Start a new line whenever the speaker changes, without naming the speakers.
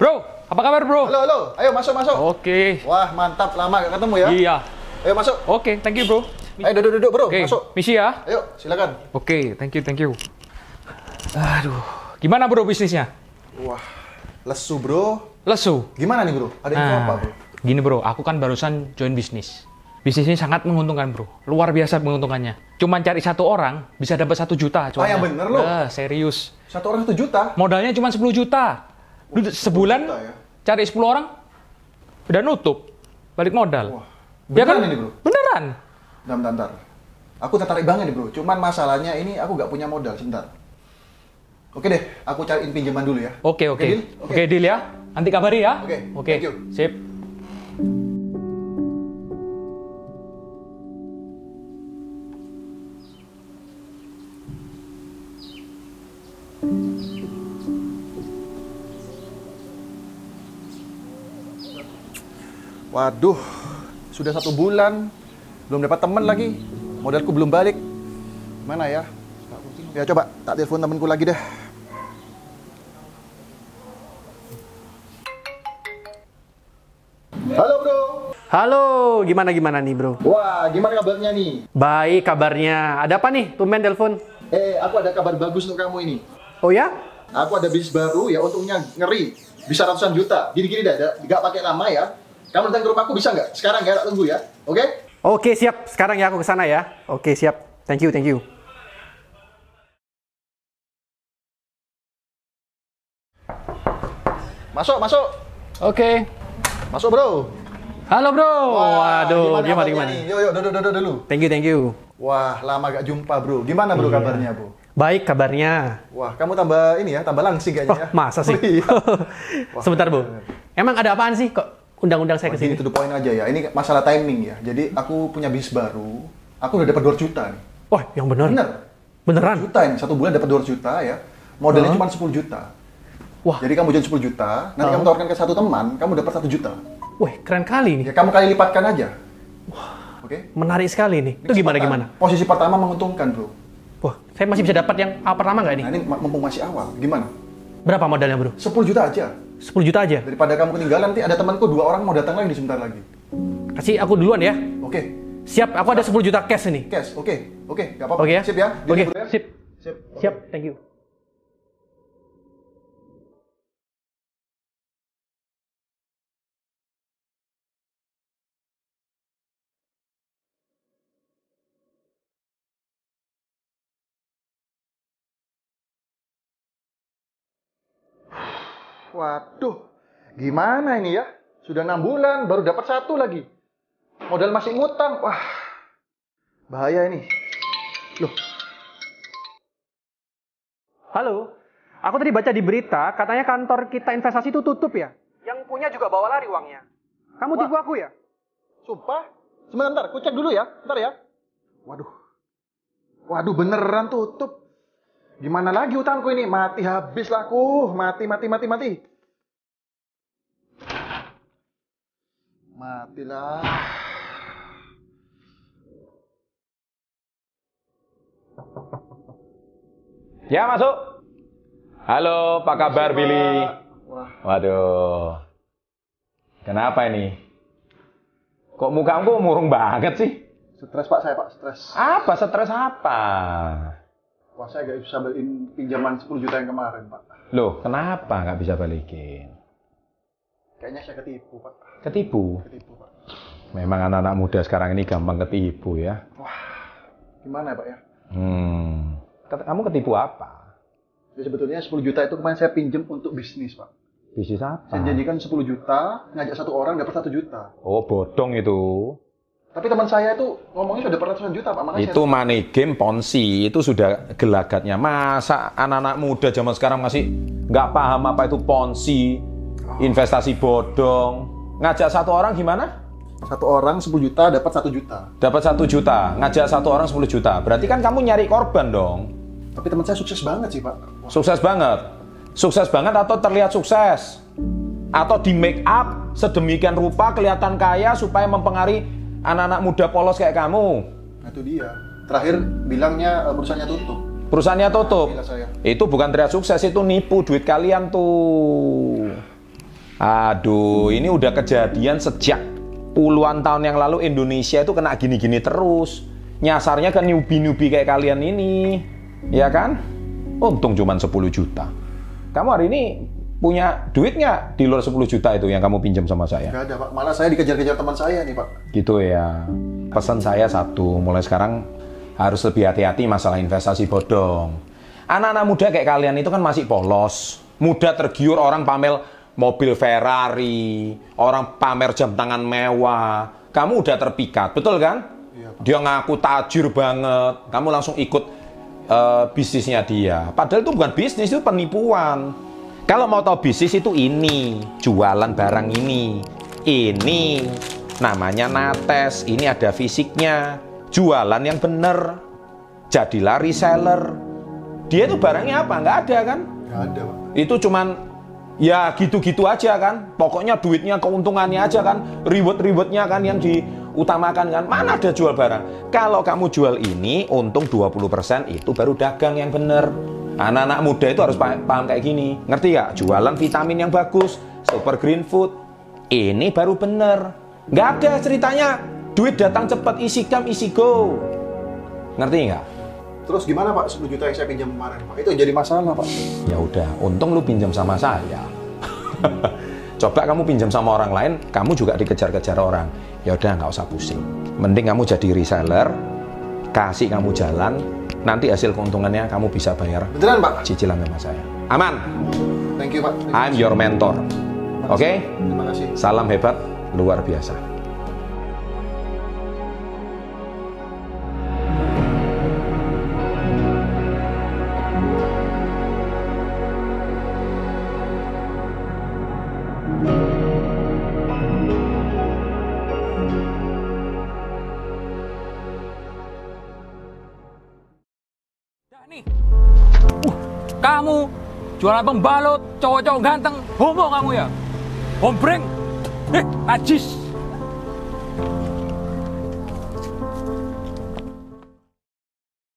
Bro, apa kabar bro?
Halo, halo. Ayo masuk, masuk.
Oke,
Wah, mantap. Lama gak ketemu ya.
Oh. iya.
Ayo masuk.
Oke, thank you bro.
Ayo duduk, duduk, bro.
Oke,
Masuk.
misi ya.
Ayo, silakan.
Oke, thank you, thank you. Aduh, gimana bro bisnisnya?
Wah, lesu, bro.
Lesu.
Gimana nih, bro? Ada info
Nah.
apa, bro?
gini bro, aku kan barusan join bisnis. Bisnis ini sangat menguntungkan bro, luar biasa menguntungkannya. Cuman cari satu orang bisa dapat satu juta. cuannya.
Oh, yang bener loh.
Eh, serius.
Satu orang satu juta.
Modalnya cuma 10 juta. Lu sebulan
juta ya?
cari 10 orang udah nutup balik modal.
Wah,
Ya
beneran ini, bro?
Beneran.
Bentar, bentar, bentar. Aku tertarik banget nih, bro. Cuman masalahnya ini aku gak punya modal. Sebentar. Oke deh, aku cariin pinjaman dulu ya.
Oke, oke.
Deal? Oke.
Oke, deal ya. Nanti kabari ya.
Oke,
Oke.
thank you.
Sip.
Waduh, sudah satu bulan belum dapat teman lagi. Modalku belum balik. Mana ya? Ya coba tak telepon temanku lagi deh. Halo bro.
Halo, gimana gimana nih bro?
Wah, gimana kabarnya nih?
Baik kabarnya. Ada apa nih? Tumben telepon.
Eh, aku ada kabar bagus untuk kamu ini.
Oh ya?
Aku ada bisnis baru ya, untungnya ngeri. Bisa ratusan juta. Gini-gini dah, dah, nggak pakai lama ya. Kamu datang ke rumahku bisa nggak? Sekarang ya, tak tunggu ya. Oke?
Oke siap. Sekarang ya aku kesana ya. Oke siap. Thank you, thank you.
Masuk, masuk.
Oke.
Masuk, bro.
Halo bro.
Wah,
Waduh, gimana
kabarnya
gimana?
nih? Yuk, yuk, duduk, duduk dulu.
Thank you, thank you.
Wah, lama gak jumpa, bro. Gimana,
Iya.
bro, kabarnya, bro?
Baik kabarnya.
Wah, kamu tambah ini ya, tambah langsing
Oh,
kayaknya ya.
masa sih?
Oh, iya.
Sebentar bu. Emang ada apaan sih kok undang-undang saya
Jadi
kesini?
to the point aja ya. Ini masalah timing ya. Jadi aku punya bis baru. Aku udah dapat 2 juta nih.
Wah, yang bener.
Bener.
Beneran?
Juta ini satu bulan dapat 2 juta ya. Modalnya cuma 10 juta.
Wah.
Jadi kamu jual 10 juta, nanti kamu tawarkan ke satu teman, kamu dapat 1 juta.
Wih, keren kali
Ya
nih.
kamu kali lipatkan aja. Wah. Oke.
Menarik sekali nih. Itu gimana gimana?
Posisi pertama menguntungkan, Bro.
Wah, saya masih bisa dapat yang A pertama nggak nih?
Nah, ini mumpung masih awal. Gimana?
Berapa modalnya bro?
10 juta aja.
10 juta aja.
Daripada kamu ketinggalan, nanti ada temanku dua orang mau datang lagi sebentar lagi.
Kasih aku duluan ya.
Oke,
Siap, aku ada 10 juta cash ini.
cash. Oke, oke, nggak apa-apa.
Oke ya?
Sip ya. Deal
Oke,
dulu ya?
sip.
Sip.
Siap, thank you.
Waduh, gimana ini ya? Sudah enam bulan, baru dapat satu lagi. Modal masih ngutang. Wah, bahaya ini. Loh,
Halo, aku tadi baca di berita katanya kantor kita investasi itu tutup ya? Yang punya juga bawa lari uangnya. Kamu tipu aku ya?
sumpah. Sebentar, ntar, ku cek dulu ya. Ntar ya. Waduh. Waduh, beneran tutup. Gimana lagi utangku ini? Mati habis lah aku. Mati, mati, mati, mati. Matilah.
Ya masuk. Halo, apa kabar Billy?
Wah,
Waduh. Kenapa ini? Kok muka kamu murung banget sih?
stres pak saya pak, stres.
Apa stres apa?
Wah, saya gak bisa beliin pinjaman 10 juta yang kemarin, Pak.
Loh, kenapa nggak bisa balikin?
Kayaknya saya ketipu, Pak.
Ketipu.
Ketipu, Pak.
Memang anak-anak muda sekarang ini gampang ketipu ya.
Gimana, ya, Pak, ya?
Hmm. Ket- Kamu ketipu apa?
Ya, sebetulnya 10 juta itu kemarin saya pinjem untuk bisnis, Pak.
Bisnis
Saya
apa?
janjikan 10 juta, ngajak satu orang dapat 1 juta.
Oh, bodong itu.
Tapi teman saya itu ngomongnya sudah dapat ratusan juta, Pak. Makanya
Itu money game ponzi itu sudah gelagatnya. Masa anak-anak muda zaman sekarang masih nggak paham apa itu ponzi, investasi bodong. Ngajak satu orang gimana?
saya... Satu orang 10 juta dapat 1 juta.
Dapat satu juta, ngajak satu orang 10 juta. Berarti kan kamu nyari korban dong.
Tapi teman saya sukses banget sih, Pak. Wah,
Sukses banget. Sukses banget atau terlihat sukses? Atau di make up sedemikian rupa kelihatan kaya supaya mempengaruhi anak-anak muda polos kayak kamu.
nah itu dia. Terakhir bilangnya eh, perusahaannya tutup.
Perusahaannya tutup.
Gila saya.
Itu bukan teriak sukses, itu nipu duit kalian tuh. Aduh, ini udah kejadian sejak puluhan tahun yang lalu Indonesia itu kena gini-gini terus. Nyasarnya ke newbie-newbie kayak kalian ini. Ya kan? Untung cuman 10 juta. Kamu hari ini punya duit nggak di luar 10 juta itu yang kamu pinjam sama saya?
Gak ada pak, malah saya dikejar-kejar teman saya nih pak.
Gitu ya. Pesan saya satu, mulai sekarang harus lebih hati-hati masalah investasi bodong. Anak-anak muda kayak kalian itu kan masih polos. Muda tergiur orang pamer mobil Ferrari, orang pamer jam tangan mewah. Kamu udah terpikat, betul kan? Dia ngaku tajir banget. Kamu langsung ikut eh, bisnisnya dia. Padahal itu bukan bisnis, itu penipuan. Kalau mau tahu bisnis itu ini, jualan barang ini. Ini namanya nates, ini ada fisiknya. Jualan yang benar. Jadilah reseller. Dia itu barangnya apa? Nggak ada kan?
Gak ada pak.
itu cuman ya gitu-gitu aja kan pokoknya duitnya keuntungannya aja kan reward-rewardnya kan yang diutamakan kan mana ada jual barang kalau kamu jual ini untung 20% itu baru dagang yang bener anak-anak muda itu harus pa- paham kayak gini ngerti ya jualan vitamin yang bagus super green food ini baru bener nggak ada ceritanya duit datang cepat isi kam isi go ngerti nggak
Terus gimana pak 10 juta yang saya pinjam kemarin pak? Itu yang jadi masalah pak.
ya udah untung lu pinjam sama saya coba kamu pinjam sama orang lain kamu juga dikejar-kejar orang ya udah nggak usah pusing mending kamu jadi reseller kasih kamu jalan nanti hasil keuntungannya kamu bisa bayar
Beneran pak?
cicilan sama saya aman
Thank you pak.
I'm your mentor oke
Terima kasih.
salam hebat luar biasa
Nih. Uh, kamu jualan pembalut, cowok-cowok ganteng, homo kamu ya? Hombreng. Eh, ajis.